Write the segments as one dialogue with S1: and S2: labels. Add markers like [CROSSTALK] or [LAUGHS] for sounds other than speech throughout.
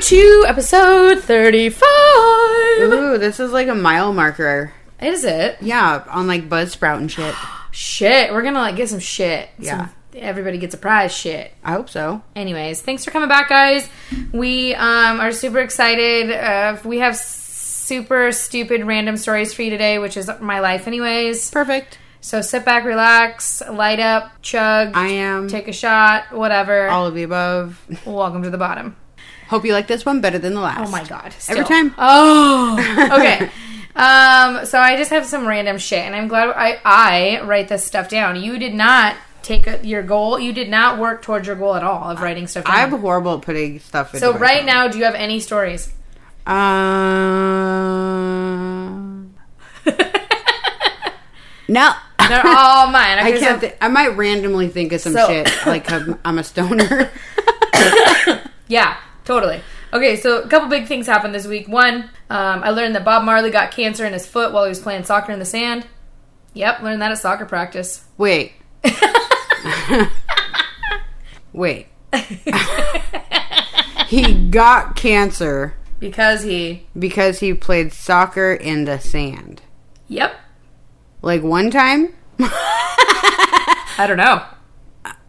S1: to episode 35.
S2: Ooh, this is like a mile marker.
S1: Is it?
S2: Yeah, on like Buzzsprout and shit.
S1: Shit, we're gonna like get some shit.
S2: Yeah.
S1: Some everybody gets a prize shit.
S2: I hope so.
S1: Anyways, thanks for coming back, guys. We um, are super excited. Uh, we have super stupid random stories for you today, which is my life, anyways.
S2: Perfect.
S1: So sit back, relax, light up, chug,
S2: I am
S1: take a shot, whatever.
S2: all of the above.
S1: Welcome to the bottom.
S2: Hope you like this one better than the last.
S1: Oh my god.
S2: Every
S1: still.
S2: time. [LAUGHS]
S1: Oh. Okay. um so I just have some random shit and I'm glad I I write this stuff down. You did not take a, your goal. You did not work towards your goal at all of writing stuff down.
S2: I'm horrible at putting stuff in.
S1: so right now, do you have any
S2: [LAUGHS]
S1: stories?
S2: now. Um. no.
S1: They're all mine.
S2: [LAUGHS] I
S1: Okay,
S2: can't.
S1: so-
S2: Th- I might randomly think of some
S1: So-
S2: shit.
S1: [LAUGHS]
S2: Like I'm, I'm a stoner.
S1: yeah, totally. Okay, so a couple big things happened this week. One, um, I learned that Bob Marley got cancer in his foot while he was playing soccer in the sand. Yep, learned that at soccer practice. [LAUGHS]
S2: [LAUGHS] Wait. Wait. he got cancer
S1: Because he.
S2: because he played soccer in the sand.
S1: Yep.
S2: Like one time?
S1: I don't know.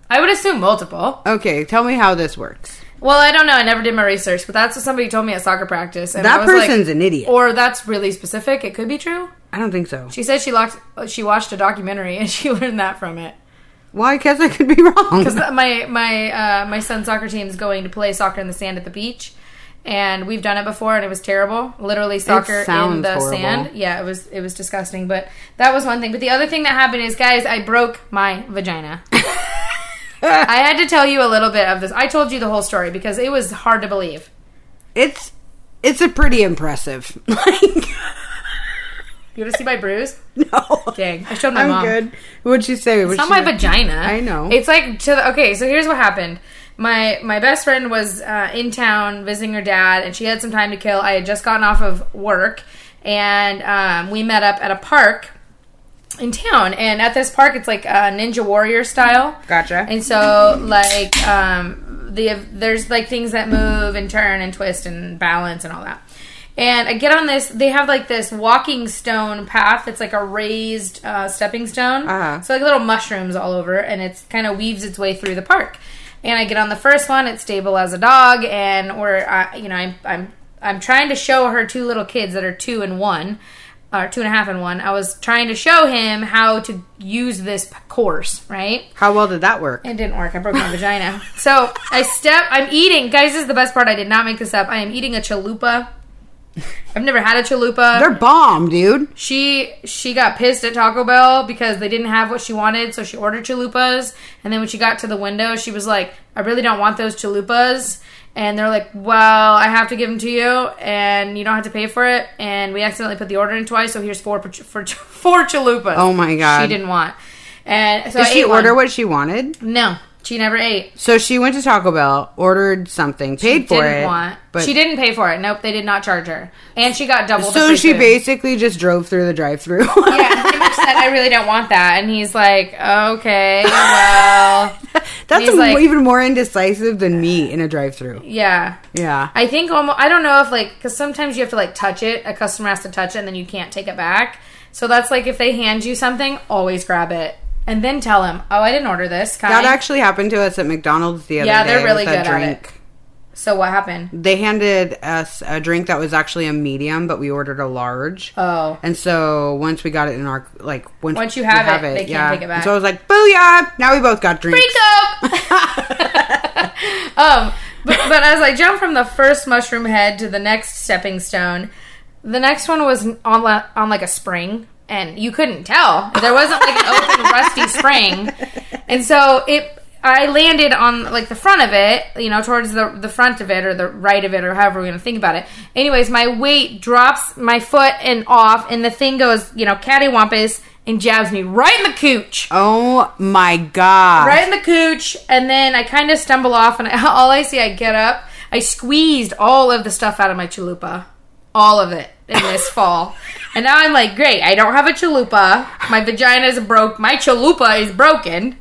S1: I would assume multiple.
S2: Okay, tell me how this works.
S1: Well, I don't know. I never did my research, but that's what somebody told me at soccer practice. And I
S2: That
S1: was like-
S2: person's an idiot.
S1: Or that's really specific. It could be true.
S2: I don't think so.
S1: She said she locked, she watched a documentary [LAUGHS] and she learned that from it.
S2: Well, I guess I could be
S1: because [LAUGHS]
S2: wrong.
S1: my my uh, my son's soccer team is going to play soccer in the sand at the beach, and we've done it before, and it was terrible. Literally, soccer in
S2: sounds
S1: the
S2: horrible.
S1: sand. Yeah, it was it was disgusting. But that was one thing. But the other thing that happened is, guys, I broke my
S2: [LAUGHS]
S1: vagina. I had to tell you a little bit of this. I told you the whole story because it was hard to believe.
S2: It's it's a pretty impressive. [LAUGHS] Like
S1: You want to see my bruise?
S2: no.
S1: Dang, I showed my
S2: I'm
S1: mom.
S2: good. What'd she say? What'd
S1: It's not
S2: she
S1: my
S2: say?
S1: vagina.
S2: I know.
S1: It's like to the, okay. So here's what happened. My my best friend was uh, in town visiting her dad, and she had some time to kill. I had just gotten off of work, and um, we met up at a park in town. And at this park, it's like uh, Ninja Warrior style.
S2: Gotcha.
S1: And so like um, the there's like things that move and turn and twist and balance and all that. And I get on this. They have like this walking stone path. It's like a raised uh, stepping stone.
S2: Uh-huh.
S1: So like little mushrooms all over, and it's kind of weaves its way through the park. And I get on the first one. It's stable as a dog, and we're uh, you know I'm I'm I'm trying to show her two little kids that are two and one, or two and a half and one. I was trying to show him how to use this p- course, right?
S2: How well did that work?
S1: It didn't work. I broke my vagina. So I step. I'm eating. Guys, this is the best part. I did not make this up. I am eating a chalupa. I've never had a chalupa.
S2: They're bomb, dude.
S1: she she got pissed at Taco Bell because they didn't have what she wanted, so she ordered chalupas. And then when she got to the window, she was like, "I really don't want those chalupas." And they're like, "Well, I have to give them to you, and you don't have to pay for it." And we accidentally put the order in twice, so here's four ch- for [LAUGHS] ch- four chalupas.
S2: Oh my God.
S1: She didn't want. And so
S2: Did
S1: I
S2: she
S1: ate one.
S2: order what she wanted?
S1: No, she never ate.
S2: So she went to Taco Bell, ordered something, paid for
S1: didn't
S2: it.
S1: want.
S2: but
S1: she didn't pay for it. Nope, they did not charge her, and she got double. the
S2: So
S1: free
S2: she
S1: food.
S2: basically just drove through the drive-through. [LAUGHS]
S1: Yeah, pretty much said I really don't want that, and he's like, okay, well,
S2: That's
S1: He's like-
S2: even more indecisive than me in a drive-through.
S1: yeah.
S2: Yeah.
S1: I think almost. I don't know if like because sometimes you have to like touch it. A customer has to touch it, and then you can't take it back. So that's like if they hand you something, always grab it and then tell them, oh, I didn't order this. Kind.
S2: That actually happened to us at McDonald's the other
S1: Yeah,
S2: day.
S1: they're really
S2: with a
S1: good at it.
S2: drink.
S1: so what happened?
S2: They handed us a drink that was actually a medium, but we ordered a large.
S1: Oh.
S2: And so once we got it in our like once,
S1: Once you
S2: we
S1: have it, they can't take it back.
S2: And so I was like, "Booyah!" Now we both got drinks.
S1: Freak [LAUGHS] um, but, but as I jumped from the first mushroom head to the next stepping stone, the next one was on la- on like a spring, and you couldn't tell there wasn't like an open rusty spring, and so it. I landed on like the front of it, you know, towards the the front of it or the right of it or however we're gonna think about it. Anyways, my weight drops my foot and off, and the thing goes, you know, cattywampus and jabs me right in the cooch
S2: Oh my god!
S1: right in the cooch, and then I kind of stumble off, and I, [LAUGHS] all I see, I get up, I squeezed all of the stuff out of my chalupa, all of it in
S2: [LAUGHS]
S1: this fall, and now I'm like, great, I don't have a chalupa, my vagina is broke, my chalupa is broken,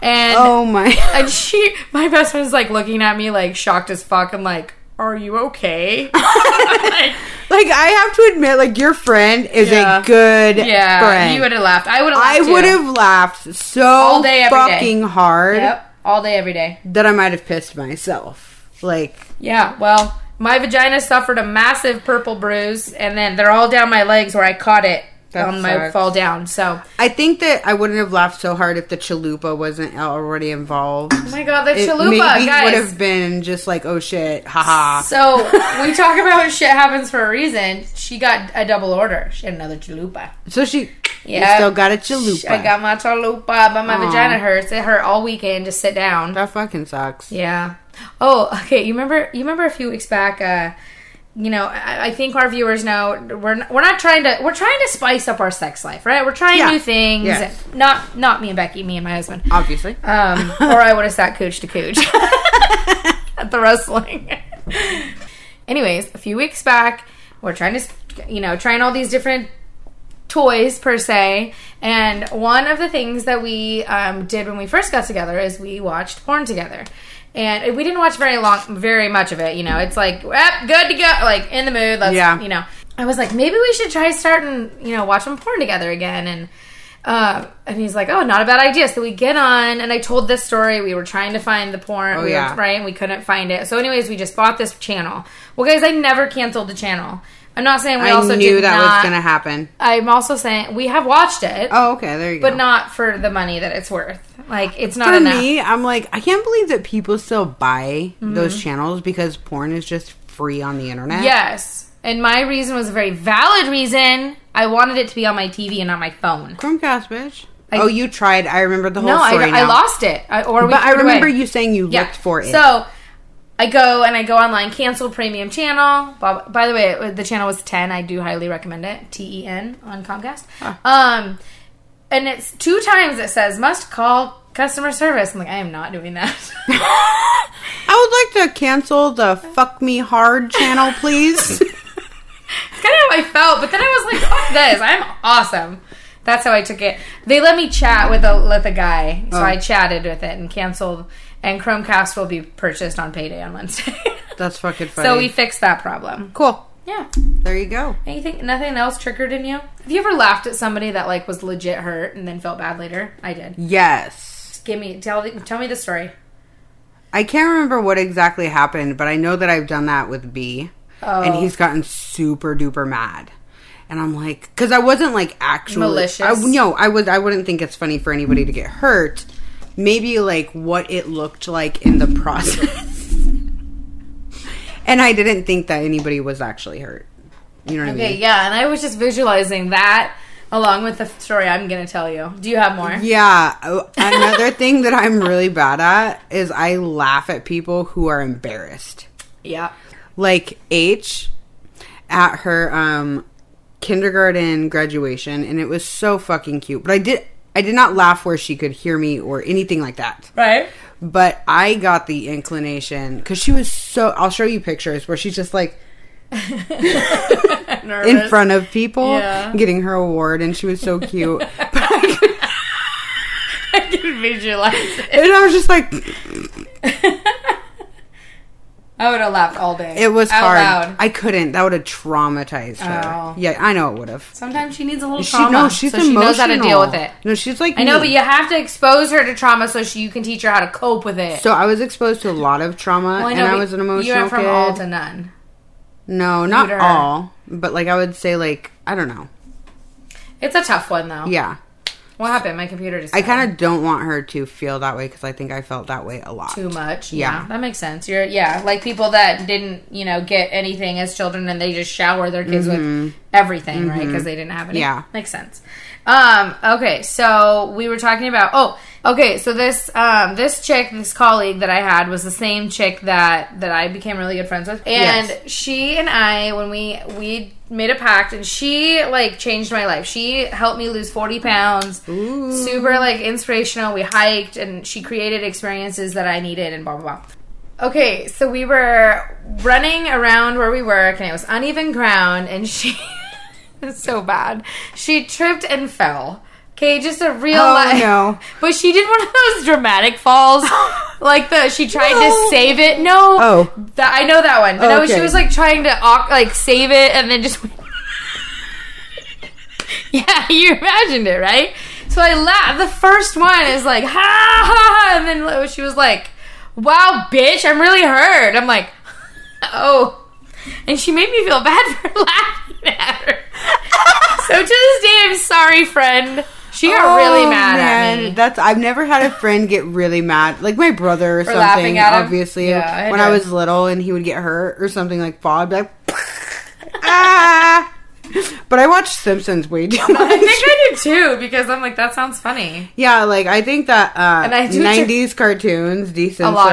S1: and
S2: Oh my!
S1: [LAUGHS] and she, my best friend's like looking at me like shocked as fuck, and like. "Are you
S2: [LAUGHS]
S1: okay?" Like,
S2: [LAUGHS] Like I have to admit, like your friend is
S1: Yeah.
S2: a good
S1: yeah,
S2: friend.
S1: you would have laughed. I would have.
S2: I would have laughed so
S1: All day, every day.
S2: fucking hard
S1: Yep, all day, every day.
S2: that I might have pissed myself. Like
S1: Yeah, well, my vagina suffered a massive purple bruise, and then they're all down my legs where I caught it
S2: That
S1: on my
S2: sucks.
S1: fall down. So,
S2: I think that I wouldn't have laughed so hard if the chalupa wasn't already involved.
S1: oh my god, the
S2: It
S1: chalupa,
S2: maybe would
S1: guys.
S2: have been just like, oh shit, haha.
S1: So we talk about shit happens for a reason. She got a double order. She had another chalupa.
S2: So she
S1: Yeah.
S2: yeah, still got a chalupa.
S1: I got my chalupa, but my
S2: Aw.
S1: vagina hurts. It hurt all weekend to sit down.
S2: that fucking sucks.
S1: Yeah. Oh, okay. You remember? You remember a few weeks back? Uh, you know, I, I think our viewers know we're n- we're not trying to we're trying to spice up our sex life, right? We're trying
S2: Yeah.
S1: new things.
S2: Yes.
S1: Not not me and Becky, me and my husband.
S2: Obviously.
S1: Um, or I would have sat cooch to
S2: [LAUGHS]
S1: cooch at [LAUGHS] the wrestling. Anyways, a few weeks back, we're trying to, you know, trying all these different toys per se. And one of the things that we um, did when we first got together is we watched porn together. And we didn't watch very long, very much of it. You know, it's like, "Well, good to go, like in the mood. Let's,
S2: Yeah.
S1: you know. I was like, maybe we should try starting, you know, watching porn together again. And uh, and he's like, oh, not a bad idea. So we get on, and I told this story. We were trying to find the porn, we were-
S2: Oh, yeah.
S1: right? And we couldn't find it. So, anyways, we just bought this channel. Well, guys, I never canceled the channel. I'm not saying we
S2: I
S1: also
S2: knew
S1: did
S2: that
S1: not-
S2: was gonna happen.
S1: I'm also saying we have watched it,
S2: Oh, okay, there you go.
S1: but not for the money that it's worth. Like it's not
S2: for
S1: enough.
S2: me, I'm like, I can't believe that people still buy
S1: Mm-hmm.
S2: those channels because porn is just free on the internet.
S1: Yes, and my reason was a very valid reason. I wanted it to be on my TV and on my phone.
S2: Chromecast, bitch. oh, you tried. I remember the whole
S1: No, I,
S2: story
S1: I
S2: now.
S1: lost it. I, or we
S2: But
S1: threw
S2: I
S1: it away.
S2: remember you saying you looked for it.
S1: So I go and I go online, cancel premium channel. By, by the way, it- the channel was 10. I do highly recommend it. T E N on Comcast. Um, and it's two times it says must call customer service. I'm like, I am not doing that.
S2: I would like to cancel the "fuck me hard" channel,
S1: [LAUGHS]
S2: please.
S1: [LAUGHS] It's kind of how I felt, but then I was like, fuck this, I'm awesome. That's how I took it. They let me chat with a with a guy, so
S2: Oh.
S1: I chatted with it and canceled. And Chromecast will be purchased on payday on Wednesday. [LAUGHS]
S2: That's fucking funny.
S1: so we fixed that problem.
S2: cool.
S1: Yeah.
S2: There you go.
S1: Anything? Nothing else triggered in you? Have you ever laughed at somebody that like was legit hurt and then felt bad later? I did.
S2: Yes.
S1: Give me tell the- tell me the story.
S2: I can't remember what exactly happened, but I know that I've done that with B. And
S1: Oh.
S2: he's gotten super duper mad. And I'm like, because I wasn't like actually
S1: Malicious.
S2: I, no, I would. I wouldn't think it's funny for anybody to get hurt. Maybe like what it looked like in the [LAUGHS] process. and I didn't think that anybody was actually hurt. You know what I
S1: Okay,
S2: mean?
S1: yeah, and I was just visualizing that along with the story I'm gonna tell you. Do you have more?
S2: Yeah. Oh, Another thing that I'm really bad at is I laugh at people who are embarrassed.
S1: Yeah.
S2: like H at her um kindergarten graduation and it was so fucking cute. But I did I did not laugh where she could hear me or anything like that.
S1: Right.
S2: But I got the inclination cuz she was so I'll show you pictures where she's just like
S1: Nervous.
S2: in front of people
S1: Yeah.
S2: getting her award and she was so cute. But I
S1: [LAUGHS] I can visualize it.
S2: and I was just like
S1: I would have laughed all day.
S2: it was
S1: Out
S2: hard.
S1: loud.
S2: I couldn't. That would have traumatized
S1: Oh.
S2: her. Yeah, I know it would have.
S1: Sometimes she needs a little
S2: She
S1: trauma.
S2: no, she's
S1: so
S2: emotional.
S1: she knows how to deal with it.
S2: No, she's like
S1: I know,
S2: me.
S1: but you have to expose her to trauma so she, you can teach her how to cope with it.
S2: So I was exposed to a lot of trauma,
S1: Well,
S2: and I
S1: but
S2: was an emotional
S1: You went from
S2: kid.
S1: all to none.
S2: no, not
S1: neuter.
S2: all, but like I would say, like I don't know.
S1: It's a tough one though.
S2: Yeah,
S1: What happened? My computer just
S2: I kind of don't want her to feel that way because I think I felt that way a lot.
S1: too much.
S2: Yeah.
S1: that makes sense. You're yeah, like people that didn't you know get anything as children and they just shower their kids with everything, right? Because they didn't have any.
S2: Mm-hmm. Yeah.
S1: makes sense. Um, okay, so we were talking about oh, okay, so this um this chick, this colleague that I had was the same chick that that I became really good friends with, and
S2: Yes.
S1: she and I when we we made a pact and she like changed my life she helped me lose 40 pounds super like inspirational we hiked and she created experiences that i needed and blah blah blah okay so we were running around where we work and it was uneven ground and she [LAUGHS] it's so bad she tripped and fell okay just a real
S2: Oh,
S1: life
S2: no.
S1: [LAUGHS]
S2: [LAUGHS]
S1: but she did one of those dramatic falls Like the she tried to save it. No,
S2: Oh.
S1: that I know that one. But no, she
S2: Okay.
S1: was like trying to au- like save it, and then just. [LAUGHS] went yeah, you imagined it, right? So I laughed. The first one is like ha ha, ha and then like, she was like, "Wow, bitch, I'm really hurt." I'm like, [LAUGHS] "Oh," and she made me feel [LAUGHS] bad for laughing at her. [LAUGHS] so to this day, I'm sorry, friend. She got really
S2: Oh,
S1: mad at
S2: man.
S1: me.
S2: That's I've never had a friend get really mad, like my brother or, something.
S1: laughing at him?
S2: obviously,
S1: Yeah, I
S2: when
S1: know.
S2: I was little and he would get hurt or something like Bob, I'd be like [LAUGHS] ah. But I watched Simpsons way too
S1: I
S2: much.
S1: think I did too because I'm like that sounds funny.
S2: Yeah, like I think that uh,
S1: And I do-
S2: '90s cartoons
S1: lot of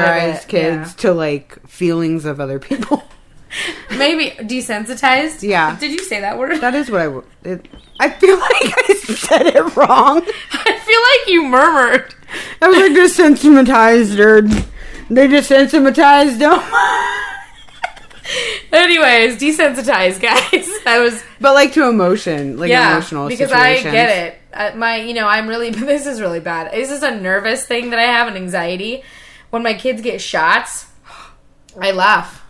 S2: desensitize
S1: it,
S2: kids to like feelings of other people. [LAUGHS]
S1: Maybe desensitized.
S2: Yeah.
S1: Did you say that word?
S2: that is what I. w- It, I feel [LAUGHS] like I said it wrong.
S1: I feel like you murmured.
S2: I was like desensitized, or they desensitized them.
S1: Anyways, desensitized, guys. I was
S2: [LAUGHS] but like to emotion, like
S1: yeah
S2: emotional
S1: because I
S2: situations.
S1: get it. Uh, my you know I'm really [LAUGHS] this is really bad. This is a nervous thing that I have an anxiety. When my kids get shots, I laugh.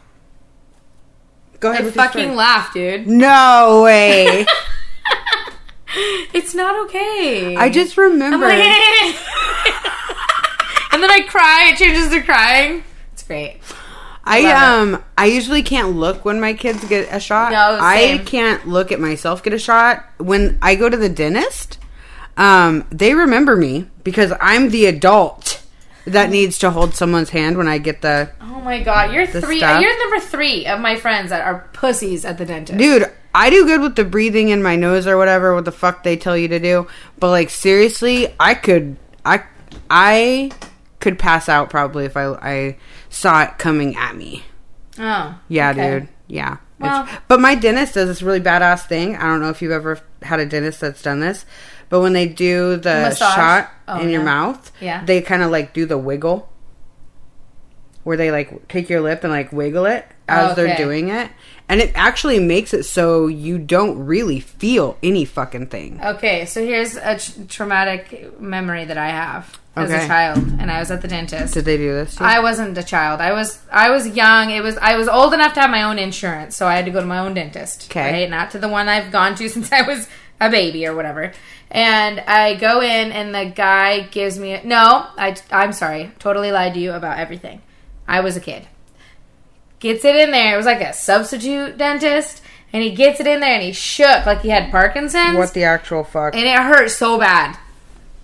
S2: Go ahead.
S1: I
S2: with your
S1: fucking
S2: story.
S1: laugh, dude.
S2: no way.
S1: It's not okay. [LAUGHS]
S2: I just
S1: I'm
S2: remember.
S1: like, and then I cry. It changes to crying. It's great.
S2: I
S1: Love
S2: um I usually can't look when my kids get a shot.
S1: No, same.
S2: I can't look at myself get a shot. When I go to the dentist, um, they remember me because I'm the adult that needs to hold someone's hand when I get the
S1: Oh my god, you're three.
S2: stuff.
S1: You're number three of my friends that are pussies at the dentist.
S2: dude. I do good with the breathing in my nose or whatever what the fuck they tell you to do. But like seriously, I could I I could pass out probably if I I saw it coming at me.
S1: Oh,
S2: Yeah,
S1: okay.
S2: dude. Yeah.
S1: Well-
S2: It's- but my dentist does this really badass thing. I don't know if you've ever had a dentist that's done this, but when they do the
S1: Massage?
S2: shot
S1: Oh,
S2: in your
S1: yeah.
S2: mouth,
S1: Yeah.
S2: they kind of like do the wiggle where they like take your lip and like wiggle it as they're
S1: Oh, Okay.
S2: doing it. And it actually makes it so you don't really feel any fucking thing.
S1: Okay, so here's a tr- traumatic memory that I have as a
S2: Okay.
S1: child, and I was at the dentist.
S2: Did they do this? to you?
S1: I wasn't a child. I was I was young. It was I was old enough to have my own insurance, so I had to go to my own dentist.
S2: 'Kay.
S1: right? not to the one I've gone to [LAUGHS] since I was a baby or whatever. And I go in, and the guy gives me a, no. I I'm sorry, totally lied to you about everything. I was a kid. Gets it in there. It was like a substitute dentist, and he gets it in there, and he shook like he had Parkinson's
S2: what the actual fuck?
S1: and it hurt so bad.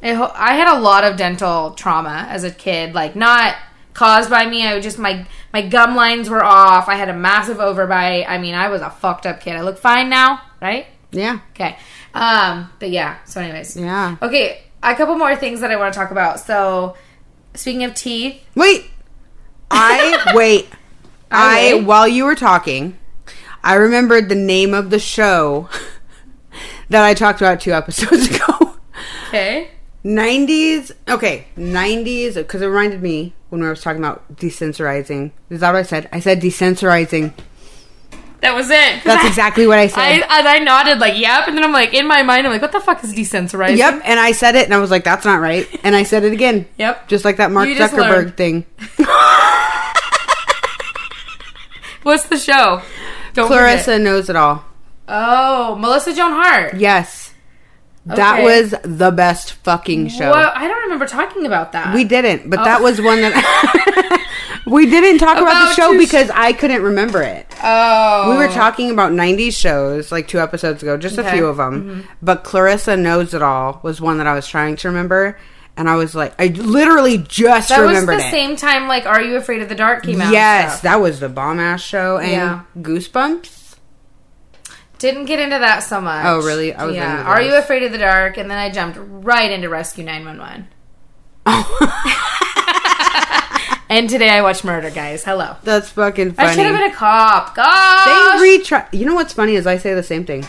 S1: It, ho- I had a lot of dental trauma as a kid, like not caused by me. I would just my my gum lines were off. I had a massive overbite. I mean, I was a fucked up kid. I look fine now, right?
S2: yeah.
S1: Okay. Um, but yeah. So, anyways,
S2: Yeah.
S1: Okay, a couple more things that I want to talk about. So, speaking of teeth,
S2: Wait.
S1: [LAUGHS]
S2: I wait.
S1: I
S2: I,
S1: wait.
S2: while you were talking, I remembered the name of the show that I talked about two episodes [LAUGHS] ago.
S1: okay,
S2: 90s. Okay, 90s because it reminded me when I was talking about desensorizing. Is that what I said? I said desensorizing.
S1: that was it. 'Cause [LAUGHS]
S2: That's
S1: I-
S2: exactly what I said.
S1: I, and I nodded like yep, and then I'm like in my mind I'm like what the fuck is desensorizing?
S2: yep, and I said it and I was like that's not right and I said it again.
S1: [LAUGHS] Yep.
S2: Just like that Mark
S1: You just learned.
S2: Zuckerberg thing.
S1: What's the show? Don't forget.
S2: Clarissa knows it all.
S1: Oh, Melissa Joan Hart.
S2: Yes. That
S1: Okay.
S2: was the best fucking show.
S1: Well, I don't remember talking about that.
S2: We didn't, but that was one that [LAUGHS] we didn't talk about,
S1: Oh. About
S2: the show
S1: two sh-
S2: because I couldn't remember it.
S1: oh,
S2: We were talking about 90s shows like two episodes ago, just a
S1: Okay. Mm-hmm.
S2: few of them. But Clarissa Knows It All was one that I was trying to remember. And I was like, I literally just
S1: That was
S2: remembered
S1: the
S2: it.
S1: same time, like "Are You Afraid of the Dark" came out. and
S2: yes,
S1: stuff.
S2: that was the bomb ass show. And
S1: Yeah.
S2: Goosebumps? [LAUGHS]
S1: didn't get into that so much.
S2: Oh, really? I was
S1: yeah.
S2: into
S1: Are
S2: those.
S1: you afraid of the dark? And then I jumped right into Rescue Nine One One. And today I watched Murder, guys. Hello.
S2: That's fucking funny.
S1: I should have been a cop. Gosh,
S2: they retry. You know what's funny is I say the same thing.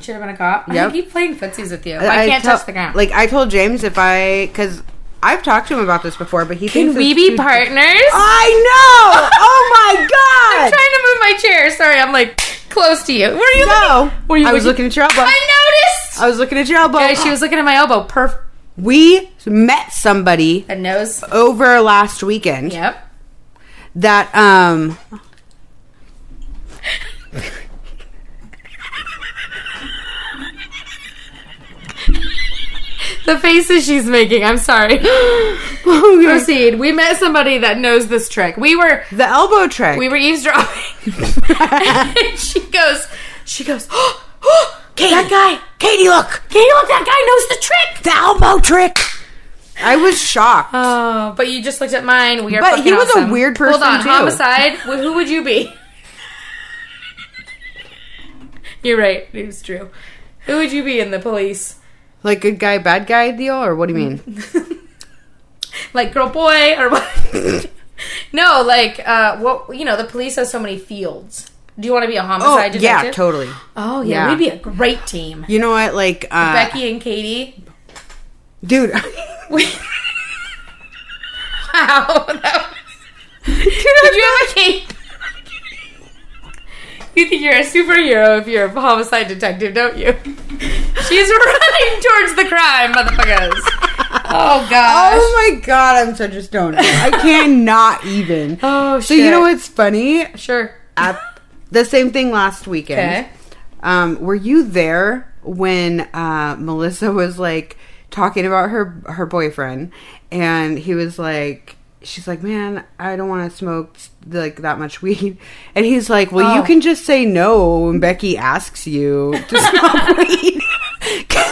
S1: should have been a cop. I
S2: Yep.
S1: keep playing footsies with you. I, can't
S2: tell-
S1: touch the ground.
S2: Like I told James if I because I've talked to him about this before, but he
S1: Can
S2: thinks
S1: we
S2: it's
S1: be
S2: too-
S1: partners?
S2: I know. Oh my
S1: [LAUGHS] I'm
S2: god.
S1: trying to move my chair. Sorry, I'm like close to you. Were you? looking-
S2: so
S1: Were you
S2: I was looking at your elbow.
S1: I noticed.
S2: I was looking at your elbow.
S1: Guys, she was looking at my elbow. Perf-
S2: We met somebody
S1: That knows.
S2: over last weekend
S1: Yep.
S2: that um [LAUGHS]
S1: The faces she's making. I'm sorry. [LAUGHS] Proceed. We met somebody that knows this trick. We were
S2: the elbow trick.
S1: we were eavesdropping. [LAUGHS] and she goes. She goes. [GASPS] Oh, that guy.
S2: Katie, look,
S1: Katie, look, that guy knows the trick.
S2: the elbow trick. I was shocked.
S1: Oh, but you just looked at mine. We are.
S2: But
S1: fucking
S2: he was a
S1: awesome.
S2: weird
S1: Hold
S2: person,
S1: on,
S2: too.
S1: homicide. Wh- Who would you be? [LAUGHS] You're right. It was true. Who would you be in the police?
S2: like good guy, bad guy deal, or what do you
S1: Mm-hmm.
S2: mean?
S1: [LAUGHS] Like girl, boy, or
S2: [LAUGHS]
S1: what? no, like uh, what? You know, the police has so many fields. Do you want to be a
S2: Oh
S1: homicide
S2: yeah,
S1: detective?
S2: totally.
S1: Oh yeah,
S2: Yeah.
S1: we'd be a great team.
S2: You know what? Like, uh,
S1: Becky and Katie.
S2: dude, [LAUGHS] dude,
S1: We- [LAUGHS] wow. That
S2: [LAUGHS]
S1: was- Did
S2: I-
S1: you have a cape? [LAUGHS] You think you're a superhero if you're a homicide detective, don't
S2: [LAUGHS]
S1: you? She's running towards the crime, motherfuckers.
S2: [LAUGHS]
S1: Oh gosh.
S2: oh my god, I'm such a stoner. I cannot even.
S1: [LAUGHS] Oh,
S2: so you know
S1: shit.
S2: what's funny?
S1: Sure.
S2: At the same thing last weekend.
S1: Okay.
S2: Um, were you there when uh, Melissa was like talking about her her boyfriend, and he was like, she's like, man, I don't want to smoke like that much weed, [LAUGHS] and he's like, well,
S1: Oh.
S2: you can just say no when Becky asks you to [LAUGHS] smoke weed. [LAUGHS]
S1: So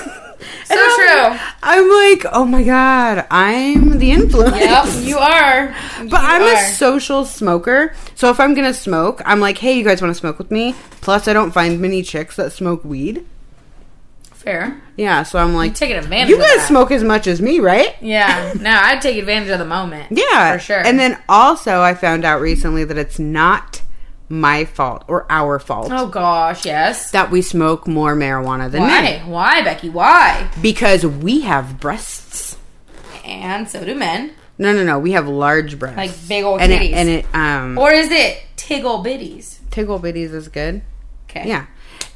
S2: And I'm
S1: true.
S2: like- I'm like, oh my god, I'm the influence.
S1: Yep,
S2: [LAUGHS]
S1: you are.
S2: But I'm
S1: are.
S2: a social smoker. So if I'm gonna smoke, I'm like, hey, you guys want to smoke with me? Plus, I don't find many chicks that smoke weed.
S1: Fair.
S2: Yeah, so I'm like,
S1: Taking advantage
S2: you
S1: of
S2: guys
S1: that.
S2: smoke as much as me, right?
S1: Yeah. No, I'd take advantage of the moment.
S2: [LAUGHS] Yeah,
S1: For sure.
S2: And then also, I found out recently that it's not my fault or our fault
S1: Oh gosh, yes.
S2: that we smoke more marijuana than men
S1: Why? Why, Becky? Why?
S2: because we have breasts.
S1: And so do men.
S2: No, no, no. We have large breasts,
S1: Like big old
S2: and it,
S1: titties.
S2: and it um
S1: Or is it tiggle bitties?
S2: tickle bitties is good.
S1: Okay.
S2: Yeah.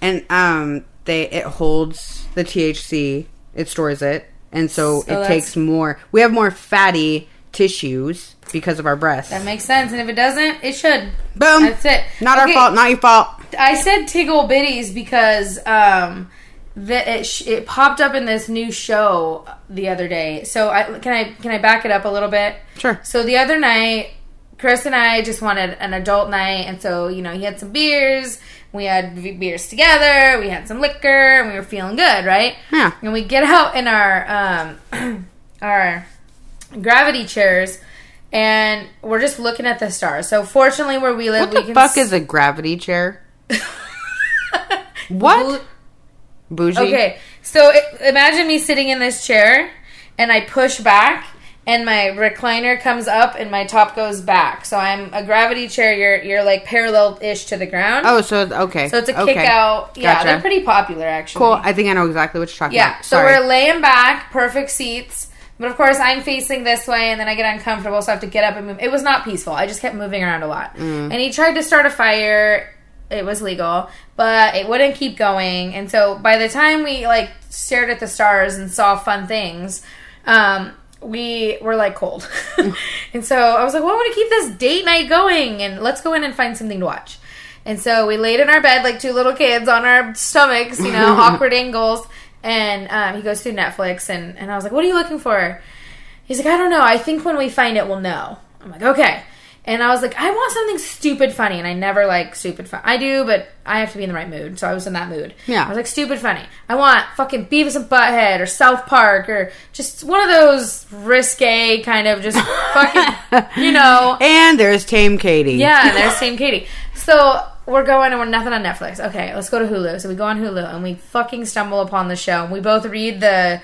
S2: And um they it holds the THC, it stores it, and so,
S1: So
S2: it
S1: that's-
S2: takes more. We have more fatty tissues because of our breasts.
S1: That makes sense. And if it doesn't, it should.
S2: Boom.
S1: That's it.
S2: Not
S1: Okay.
S2: our fault, not your fault.
S1: I said tiggle bitties because um, the, it, sh- it popped up in this new show the other day. So I can I can I back it up a little bit?
S2: Sure.
S1: So the other night, Chris and I just wanted an adult night, and so you know he had some beers. We had v- beers together. We had some liquor, and we were feeling good, right?
S2: Yeah.
S1: And we get out in our um, [CLEARS THROAT] our gravity chairs, and we're just looking at the stars. So fortunately, where we live,
S2: What
S1: we
S2: the
S1: can
S2: [LAUGHS] fuck
S1: s-
S2: is a gravity chair?
S1: [LAUGHS]
S2: What? Bougie.
S1: Okay, so i imagine me sitting in this chair, and I push back, and my recliner comes up, and my top goes back. So I'm a gravity chair. You're you're like parallel ish to the ground.
S2: Oh, so okay.
S1: so it's a
S2: okay.
S1: kick out. Yeah,
S2: Gotcha.
S1: they're pretty popular actually.
S2: Cool. I think I know exactly what you're talking
S1: Yeah.
S2: about.
S1: So
S2: Sorry.
S1: we're laying back, perfect seats. But of course, I'm facing this way, and then I get uncomfortable, so I have to get up and move. It was not peaceful. I just kept moving around a lot. And he tried to start a fire. It was legal, but it wouldn't keep going. And so by the time we like stared at the stars and saw fun things, um, we were like cold. [LAUGHS] and so I was like, well, I want to keep this date night going, and let's go in and find something to watch. And so we laid in our bed like two little kids on our stomachs, you know, awkward angles. And um, he goes through Netflix, and, and I was like, What are you looking for? He's like, I don't know. I think when we find it, we'll know. I'm like, Okay. And I was like, I want something stupid funny. And I never like stupid fun. I do, but I have to be in the right mood. So I was in that mood.
S2: Yeah.
S1: I was like, Stupid funny. I want fucking Beavis and Butthead or South Park or just one of those risque kind of just
S2: [LAUGHS]
S1: fucking, you know.
S2: and there's Tame Katie.
S1: Yeah,
S2: [LAUGHS]
S1: and there's Team Katie. So we're going and we're nothing on Netflix. Okay, let's go to Hulu. So we go on Hulu and we fucking stumble upon the show. And we both read the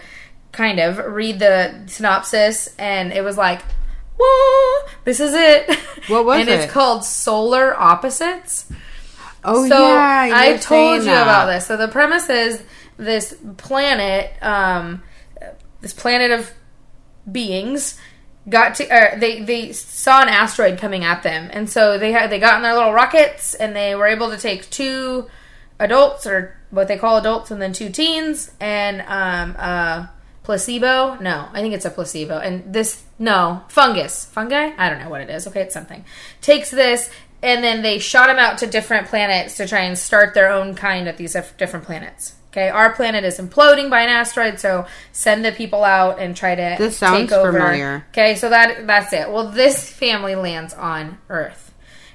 S1: kind of read the synopsis, and it was like, whoa, this is it.
S2: [LAUGHS] What was
S1: and
S2: it?
S1: it's called Solar Opposites
S2: Oh
S1: so
S2: yeah. you
S1: I
S2: were saying
S1: told you
S2: that.
S1: about this. So the premise is this planet, um, this planet of beings, got to or they they saw an asteroid coming at them, and so they had they got in their little rockets and they were able to take two adults or what they call adults and then two teens and um, uh, placebo no i think it's a placebo and this no fungus fungi i don't know what it is okay it's something takes this and then they shot them out to different planets to try and start their own kind at these dif- different planets okay our planet is imploding by an asteroid so send the people out and try to
S2: This sounds
S1: take over.
S2: familiar.
S1: okay so that that's it well this family lands on earth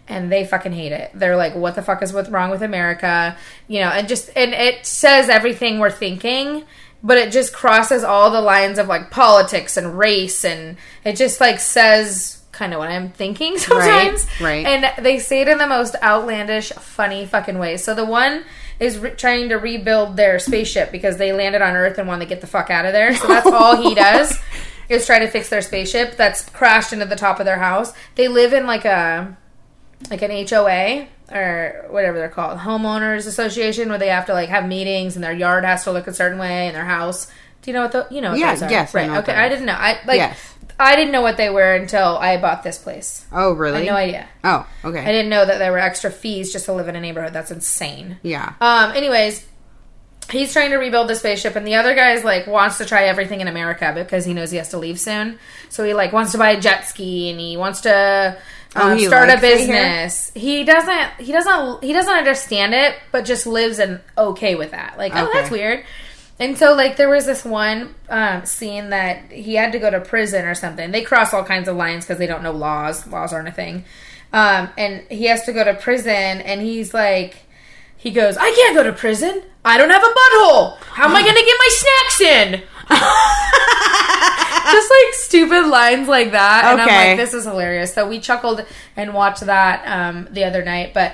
S1: and they fucking hate it. They're like, "What the fuck is with wrong with America?" You know, and just and it says everything we're thinking, but it just crosses all the lines of like politics and race, and it just like says kind of what I'm thinking [LAUGHS] sometimes.
S2: right.
S1: And they say it in the most outlandish, funny fucking ways. So the one is re- trying to rebuild their spaceship because they landed on Earth and want to get the fuck out of there. So that's all
S2: [LAUGHS]
S1: he does. Is try to fix their spaceship that's crashed into the top of their house. They live in like a like an HOA or whatever they're called, homeowners association, where they have to like have meetings and their yard has to look a certain way and their house. Do you know what the you know? What
S2: Yeah,
S1: those are.
S2: yes, I
S1: right.
S2: know what
S1: okay,
S2: that
S1: I didn't know. I like
S2: Yes.
S1: I didn't know what they were until I bought this place.
S2: Oh, really?
S1: No idea.
S2: Oh,
S1: I
S2: okay.
S1: didn't know that there were extra fees just to live in a neighborhood. That's insane.
S2: Yeah.
S1: Um, anyways, he's trying to rebuild the spaceship, and the other guy's like wants to try everything in America because he knows he has to leave soon. So he like wants to buy a jet ski, and he wants to
S2: Oh,
S1: um,
S2: he
S1: start a
S2: likes it here?
S1: business. He doesn't. He doesn't. He doesn't understand it, but just lives and okay with that. Like, oh,
S2: Okay.
S1: that's weird. And so, like, there was this one um, scene that he had to go to prison or something. They cross all kinds of lines because they don't know laws. Laws aren't a thing. Um, and he has to go to prison, and he's like, he goes, I can't go to prison. I don't have a butthole. How am I going to get my snacks in? Just like stupid lines like that. And I'm
S2: Okay.
S1: like, this is hilarious. So we chuckled and watched that um, the other night. But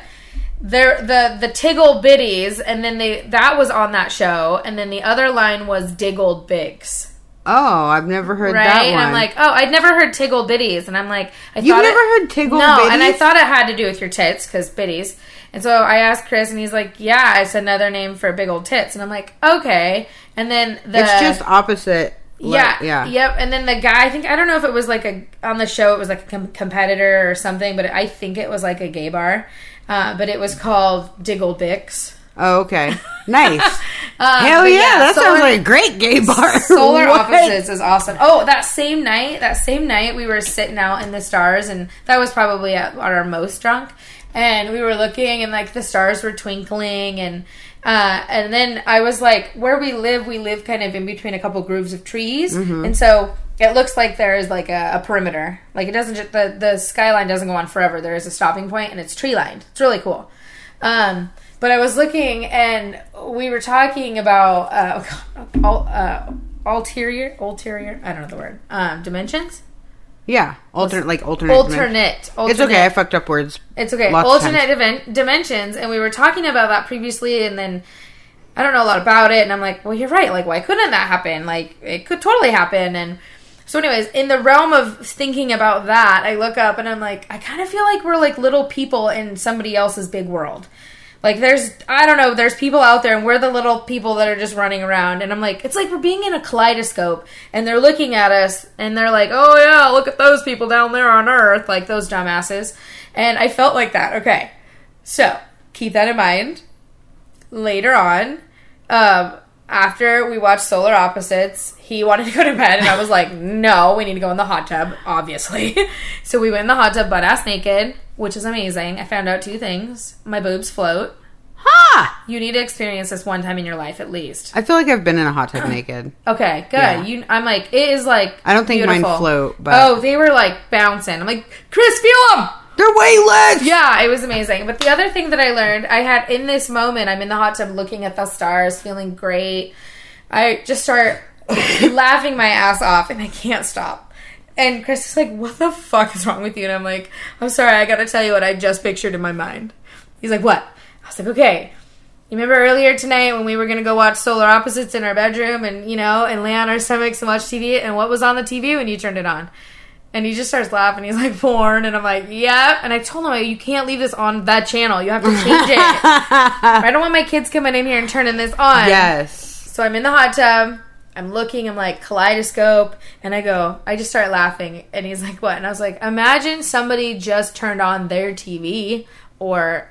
S1: there the the tiggle bitties and then they that was on that show and then the other line was diggled bigs
S2: Oh, I've never heard
S1: right
S2: that one.
S1: and i'm like oh i'd never heard tiggle bitties and i'm like I
S2: You've
S1: thought
S2: never
S1: it-
S2: heard tiggle
S1: no and i
S2: bitties?
S1: thought it had to do with your tits because bitties and so i asked chris and he's like yeah it's another name for big old tits and i'm like okay and then the
S2: it's just opposite. le-
S1: uh, yeah,
S2: yeah.
S1: Yep. And then the guy, I think I don't know if it was like a on the show, it was like a com- competitor or something, but I think it was like a gay bar. Uh, but it was called Diggle Bix. [LAUGHS]
S2: Oh, okay. Nice.
S1: Um,
S2: Hell
S1: but
S2: yeah, that
S1: solar,
S2: sounds like a great gay bar. [LAUGHS]
S1: solar
S2: What?
S1: opposites is awesome. Oh, that same night, that same night, we were sitting out in the stars, and that was probably at, at our most drunk. And we were looking, and like the stars were twinkling, and uh, and then I was like, where we live, we live kind of in between a couple grooves of trees, and so it looks like there is like a, a perimeter. Like it doesn't just the the skyline doesn't go on forever. There is a stopping point, and it's tree lined. It's really cool. Um, but I was looking, and we were talking about uh, all, uh, ulterior, ulterior. I don't know the word. Um, dimensions.
S2: Yeah, alternate like alternate. dimension.
S1: Alternate. alternate.
S2: It's okay. I fucked up words.
S1: It's okay.
S2: Lots of
S1: alternate dimen- dimensions, and we were talking about that previously, and then I don't know a lot about it, and I'm like, well, you're right. Like, why couldn't that happen? Like, it could totally happen, and. So, anyways, in the realm of thinking about that, I look up and I'm like, I kind of feel like we're like little people in somebody else's big world. Like, there's, I don't know, there's people out there and we're the little people that are just running around. And I'm like, it's like we're being in a kaleidoscope and they're looking at us and they're like, oh yeah, look at those people down there on Earth, like those dumbasses. And I felt like that. Okay. So, keep that in mind later on, um, after we watched Solar Opposites, he wanted to go to bed, and I was like, "No, we need to go in the hot tub, obviously." [LAUGHS] so we went in the hot tub, butt ass naked, which is amazing. I found out two things: my boobs float.
S2: Ha!
S1: You need to experience this one time in your life, at least.
S2: I feel like I've been in a hot tub naked.
S1: Okay, good.
S2: Yeah.
S1: You, I'm like, it is like.
S2: I don't think mine
S1: beautiful.
S2: float, but-
S1: oh, they were like bouncing. I'm like, Chris, feel them.
S2: They're weightless.
S1: Yeah, it was amazing. But the other thing that I learned, I had in this moment, I'm in the hot tub looking at the stars, feeling great. I just start laughing my ass off, and I can't stop. And Chris is like, "What the fuck is wrong with you?" And I'm like, "I'm sorry, I gotta tell you what I just pictured in my mind." He's like, "What?" I was like, "Okay." You remember earlier tonight when we were gonna go watch Solar Opposites in our bedroom, and you know, and lay on our stomachs and watch TV, and what was on the TV when you turned it on? And he just starts laughing. He's like, porn. And I'm like, yeah. And I told him, like, you can't leave this on that channel. You have to change it.
S2: [LAUGHS]
S1: I don't want my kids coming in here and turning this on.
S2: Yes.
S1: So I'm in the hot tub. I'm looking. I'm like, kaleidoscope. And I go, I just start laughing. And he's like, what? And I was like, imagine somebody just turned on their TV or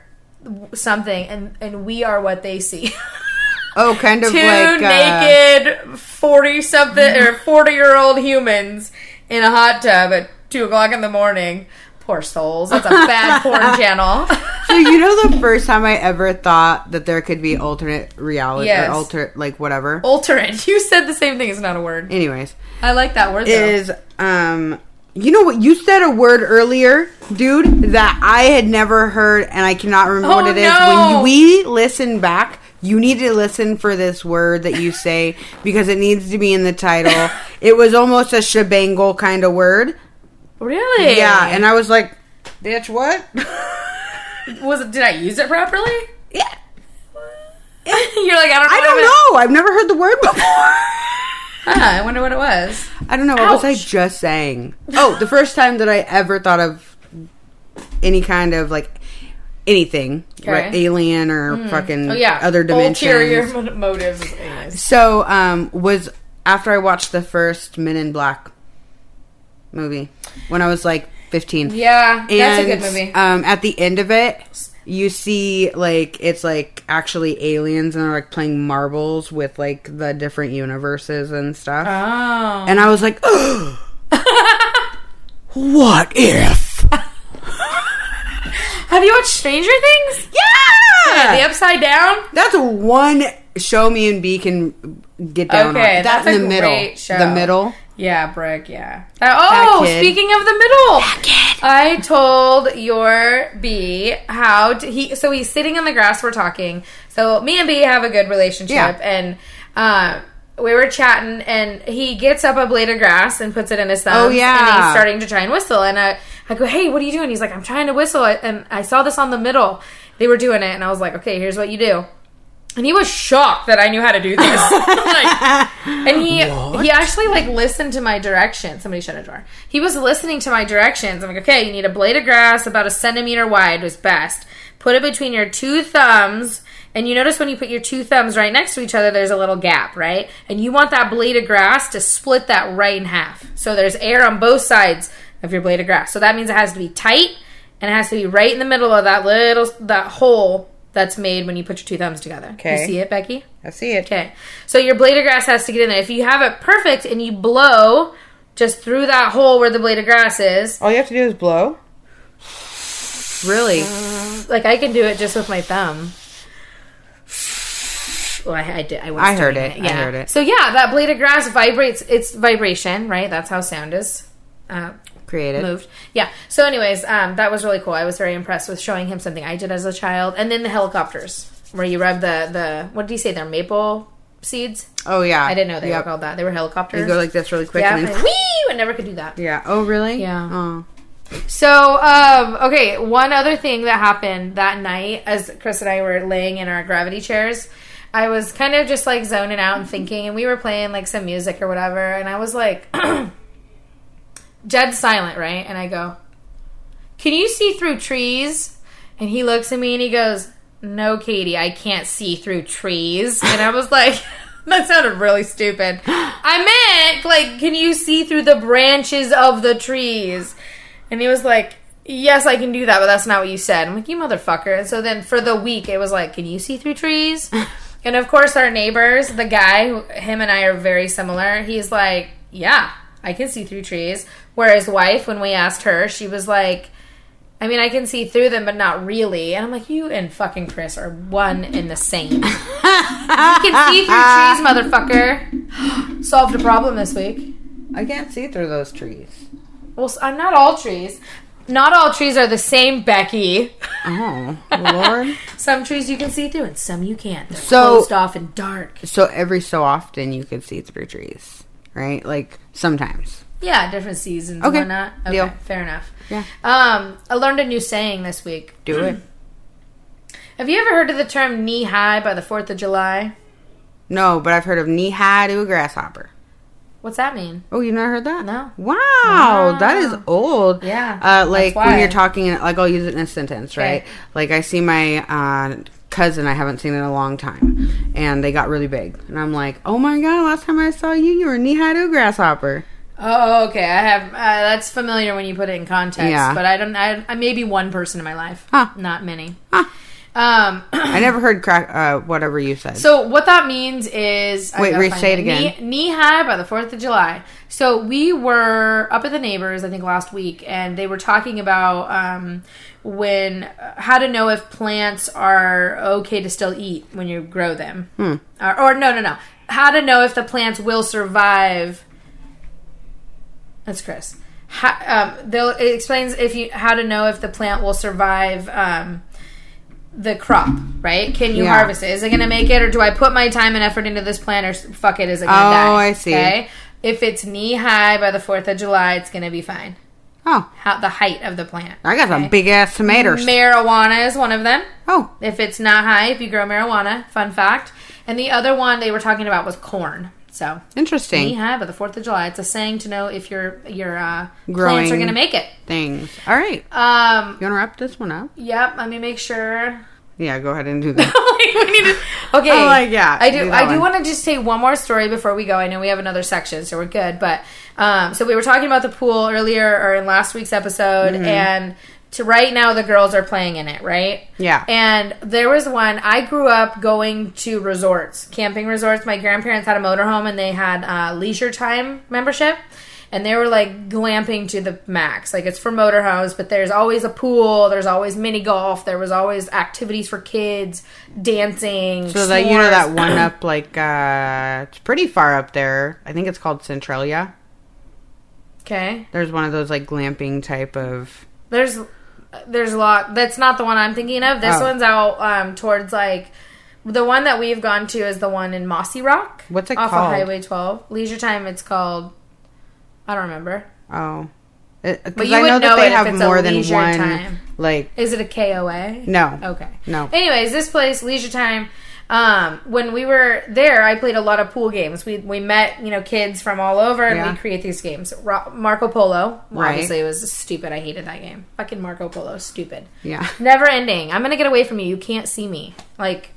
S1: something and, and we are what they see. [LAUGHS]
S2: Oh, kind of
S1: two
S2: [LAUGHS] like uh,
S1: naked forty something or forty year old humans in a hot tub at two o'clock in the morning. Poor souls. That's a bad
S2: [LAUGHS]
S1: porn channel.
S2: so you know the first time I ever thought that there could be alternate reality
S1: Yes. Oh.
S2: or alter like whatever.
S1: Alternate. You said the same thing. It's not a word.
S2: Anyways,
S1: I like that word though.
S2: is um you know what you said a word earlier, dude, that I had never heard and I cannot remember what
S1: Oh,
S2: it is.
S1: no.
S2: When we listen back, you need to listen for this word that you say because it needs to be in
S1: [LAUGHS]
S2: the title. it was almost a shebangle kind of word.
S1: really?
S2: Yeah, and I was like,
S1: [LAUGHS]
S2: bitch, what?
S1: was it, did I use it properly?
S2: [LAUGHS] yeah.
S1: [LAUGHS] You're like I don't. Know
S2: I
S1: what it-
S2: don't know. I've never heard the word before. [LAUGHS]
S1: Huh, I wonder what it was.
S2: I don't know. What was I
S1: Ouch.
S2: just saying? Oh, the first time that I ever thought of any kind of like anything, right?
S1: Okay.
S2: Alien or fucking
S1: Oh yeah,
S2: Mm, other dimensions.
S1: Ulterior mo- motives. is anus.
S2: So, um, was after I watched the first Men in Black movie when I was like 15.
S1: Yeah, that's a
S2: And,
S1: good movie.
S2: Um, at the end of it, you see like it's like actually aliens and they're like playing marbles with like the different universes and stuff.
S1: oh,
S2: And I was like, [GASPS] what if?
S1: Oh. have you watched Stranger Things? The
S2: Yeah!
S1: Upside Down.
S2: That's one show me and B can get down
S1: Okay,
S2: on.
S1: that's
S2: That's, in
S1: a
S2: the middle.
S1: great show.
S2: The middle.
S1: Yeah, brick. Yeah. Uh, oh,
S2: That kid.
S1: speaking of the middle, I told your B how to, he. So he's sitting on the grass. We're talking. So me and B have a good relationship,
S2: Yeah.
S1: and uh, we were chatting, and he gets up a blade of grass and puts it in his thumb. and he's
S2: Oh, yeah.
S1: starting to try and whistle, and I, I go, "Hey, what are you doing?" He's like, "I'm trying to whistle," and I saw this on the middle. They were doing it, and I was like, "Okay, here's what you do." And he was shocked that I knew how to do this. [LAUGHS] Like, and he he actually like listened to my directions. Somebody shut a door. He was listening to my directions. I'm like, okay, you need a blade of grass about a centimeter wide was best. Put it between your two thumbs. And you notice when you put your two thumbs right next to each other, there's a little gap, right? And you want that blade of grass to split that right in half. So there's air on both sides of your blade of grass. So that means it has to be tight and it has to be right in the middle of that little that hole that's made when you put your two thumbs together. You
S2: Okay.
S1: see it, Becky?
S2: I see it.
S1: Okay. So your blade of grass has to get in there. If you have it perfect and you blow just through that hole where the blade of grass is,
S2: All you have to do is blow. Really?
S1: like I can do it just with my thumb. Well, I, I did. I, was
S2: I heard
S1: doing
S2: it. I
S1: Yeah.
S2: heard it.
S1: So yeah, that blade of grass vibrates. It's vibration, right? That's how sound is. Uh,
S2: Created.
S1: moved. Yeah. So, anyways, um, that was really cool. I was very impressed with showing him something I did as a child, and then the helicopters, where you rub the the what did he say? They're maple seeds.
S2: Oh yeah.
S1: I didn't know they
S2: Yep.
S1: were called that. They were helicopters.
S2: You go like this really quick.
S1: yeah.
S2: and then,
S1: I- whee! I never could do that.
S2: [LAUGHS] yeah. Oh really?
S1: Yeah.
S2: Oh.
S1: So, um, okay, one other thing that happened that night as Chris and I were laying in our gravity chairs, I was kind of just like zoning out and thinking, and we were playing like some music or whatever, and I was like, [CLEARS THROAT] Jed's silent, right? And I go, Can you see through trees? And he looks at me and he goes, No, Katie, I can't see through trees. And I was like, [LAUGHS] That sounded really stupid. I meant, like, can you see through the branches of the trees? And he was like, Yes, I can do that, but that's not what you said. I'm like, You motherfucker. And so then for the week, it was like, Can you see through trees? and of course, our neighbors, the guy, who- him and I are very similar, he's like, Yeah, I can see through trees. Whereas wife, when we asked her, she was like, I mean, I can see through them, but not really. And I'm like, you and fucking Chris are one and the same. you can see through trees, motherfucker. Solved a problem this week.
S2: I can't see through those trees.
S1: Well, s- uh, not all trees. Not all trees are the same, Becky.
S2: Oh Lord.
S1: [LAUGHS] Some trees you can see through, and some you can't. They're
S2: So-
S1: closed off and dark.
S2: So every so often you could see through trees, right? Like sometimes.
S1: Yeah, different seasons
S2: Okay.
S1: and whatnot. Okay,
S2: Deal.
S1: fair enough.
S2: Yeah.
S1: Um, I learned a new saying this week.
S2: Do it.
S1: Have you ever heard of the term knee high by the 4th of July?
S2: No, but I've heard of knee high to a grasshopper.
S1: What's that mean?
S2: Oh, you never heard that?
S1: No.
S2: Wow, that is old.
S1: Yeah,
S2: Uh, like
S1: that's why.
S2: when you're talking, like I'll use it in a sentence, right?
S1: Okay.
S2: Like I see my uh, cousin I haven't seen in a long time, and they got really big, and I'm like, oh my god, last time I saw you, you were knee high to a grasshopper.
S1: Oh, okay. I have uh, that's familiar when you put it in context,
S2: Yeah.
S1: but I don't. I, I maybe one person in my life,
S2: Huh.
S1: not many.
S2: Huh.
S1: Um, [CLEARS THROAT]
S2: I never heard crack. Uh, whatever you said.
S1: So what that means is I
S2: Wait,
S1: gotta
S2: re-
S1: find
S2: say it again.
S1: Knee, knee high by the Fourth of July. So we were up at the neighbors, I think last week, and they were talking about um, when uh, how to know if plants are okay to still eat when you grow them,
S2: Hmm.
S1: Uh, or, or no, no, no, how to know if the plants will survive. That's Chris. How, um, they'll, it explains if you how to know if the plant will survive. Um, the crop, right? Can you
S2: Yeah.
S1: harvest it? Is it going to make it, or do I put my time and effort into this plant, or s- fuck it, is it going to
S2: Oh,
S1: die?
S2: I see.
S1: If it's knee high by the Fourth of July, it's going to be fine.
S2: oh,
S1: How the height of the plant.
S2: I got some big ass tomatoes.
S1: Marijuana is one of them.
S2: oh,
S1: If it's not high, if you grow marijuana, fun fact. And the other one they were talking about was corn. So knee
S2: interesting
S1: high by the Fourth of July. It's a saying to know if your your uh, plants are
S2: Growing.
S1: going to make it.
S2: things. All right,
S1: Um.
S2: you want to wrap this one up?
S1: Yep. Let me make sure. [LAUGHS]
S2: Yeah, go ahead and do that.
S1: Like, we need to- Oh, okay.
S2: I'm like, yeah,
S1: I do.
S2: do that
S1: I do
S2: one.
S1: want to just say one more story before we go. I know we have another section, so we're good. But um, so we were talking about the pool earlier or in last week's episode,
S2: Mm-hmm.
S1: and to right now the girls are playing in it, right?
S2: Yeah.
S1: And there was one. I grew up going to resorts, camping resorts. My grandparents had a motorhome, and they had uh, leisure time membership. And they were like glamping to the max. Like it's for motorhomes, but there's always a pool, there's always mini golf, there was always activities for kids, dancing.
S2: So that you know
S1: s'mores.
S2: that one up like uh it's pretty far up there. I think it's called Centralia.
S1: Okay.
S2: There's one of those like glamping type of
S1: There's there's a lot. That's not the one I'm thinking of. This
S2: Oh.
S1: one's out um, towards like the one that we've gone to is the one in Mossy Rock.
S2: What's it
S1: off
S2: called?
S1: of Highway 12. Leisure time. It's called. I don't remember.
S2: oh. Because
S1: you
S2: I
S1: would
S2: know
S1: know
S2: that they
S1: it if
S2: have
S1: it's a
S2: more than
S1: leisure
S2: one.
S1: time.
S2: Like
S1: Is it a KOA?
S2: no,
S1: Okay.
S2: no.
S1: Anyways, this place, leisure time. Um, when we were there, I played a lot of pool games. We we met you know kids from all over, and
S2: Yeah.
S1: we create these games. Ro- Marco Polo, well,
S2: Right.
S1: obviously, it was stupid. I hated that game. Fucking Marco Polo, stupid. [LAUGHS]
S2: Yeah,
S1: Never ending. I'm gonna get away from you. You can't see me. Like,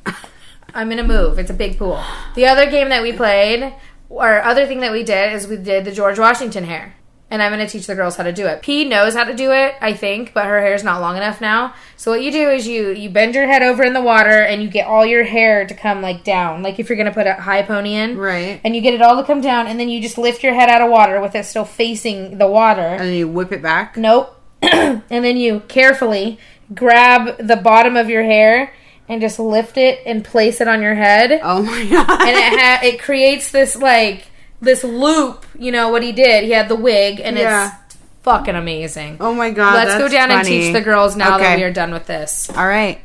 S1: I'm gonna move. It's a big pool. The other game that we played, or other thing that we did, is we did the George Washington hair. And I'm gonna teach the girls how to do it. P knows how to do it, I think, but her hair's not long enough now. So what you do is you you bend your head over in the water and you get all your hair to come like down, like if you're gonna put a high pony in,
S2: Right.
S1: And you get it all to come down, and then you just lift your head out of water with it still facing the water.
S2: and then you whip it back.
S1: Nope. [CLEARS THROAT] and then you carefully grab the bottom of your hair and just lift it and place it on your head.
S2: [LAUGHS] Oh my [LAUGHS] god!
S1: And it ha- it creates this like this loop. You know what he did? He had the wig, and
S2: Yeah.
S1: it's fucking amazing.
S2: oh my god!
S1: Let's go
S2: that's
S1: down and
S2: funny.
S1: teach the girls now that
S2: Okay.
S1: we are done with this.
S2: All right.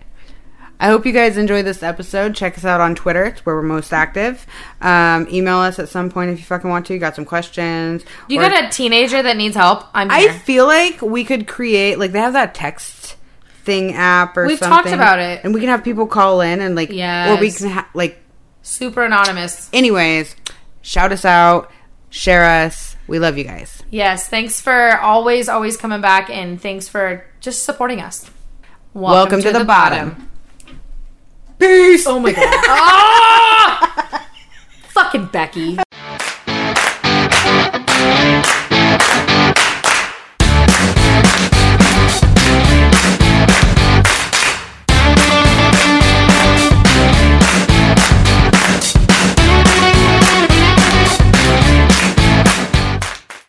S2: I hope you guys enjoyed this episode. Check us out on Twitter. It's where we're most active. Um, email us at some point if you fucking want to. You got some questions.
S1: You
S2: or-
S1: got a teenager that needs help? I'm
S2: I
S1: here.
S2: feel like we could create like they have that text thing app or
S1: We've
S2: something.
S1: talked about it.
S2: and we can have people call in and like or we
S1: Yes.
S2: can ha- like
S1: Super anonymous.
S2: anyways shout us out share us we love you guys
S1: Yes. Thanks for always, always coming back, and thanks for just supporting us. Welcome,
S2: welcome, to, the, bottom.
S1: [LAUGHS]
S2: peace [LAUGHS]
S1: Oh my god. Ah! Fucking Becky.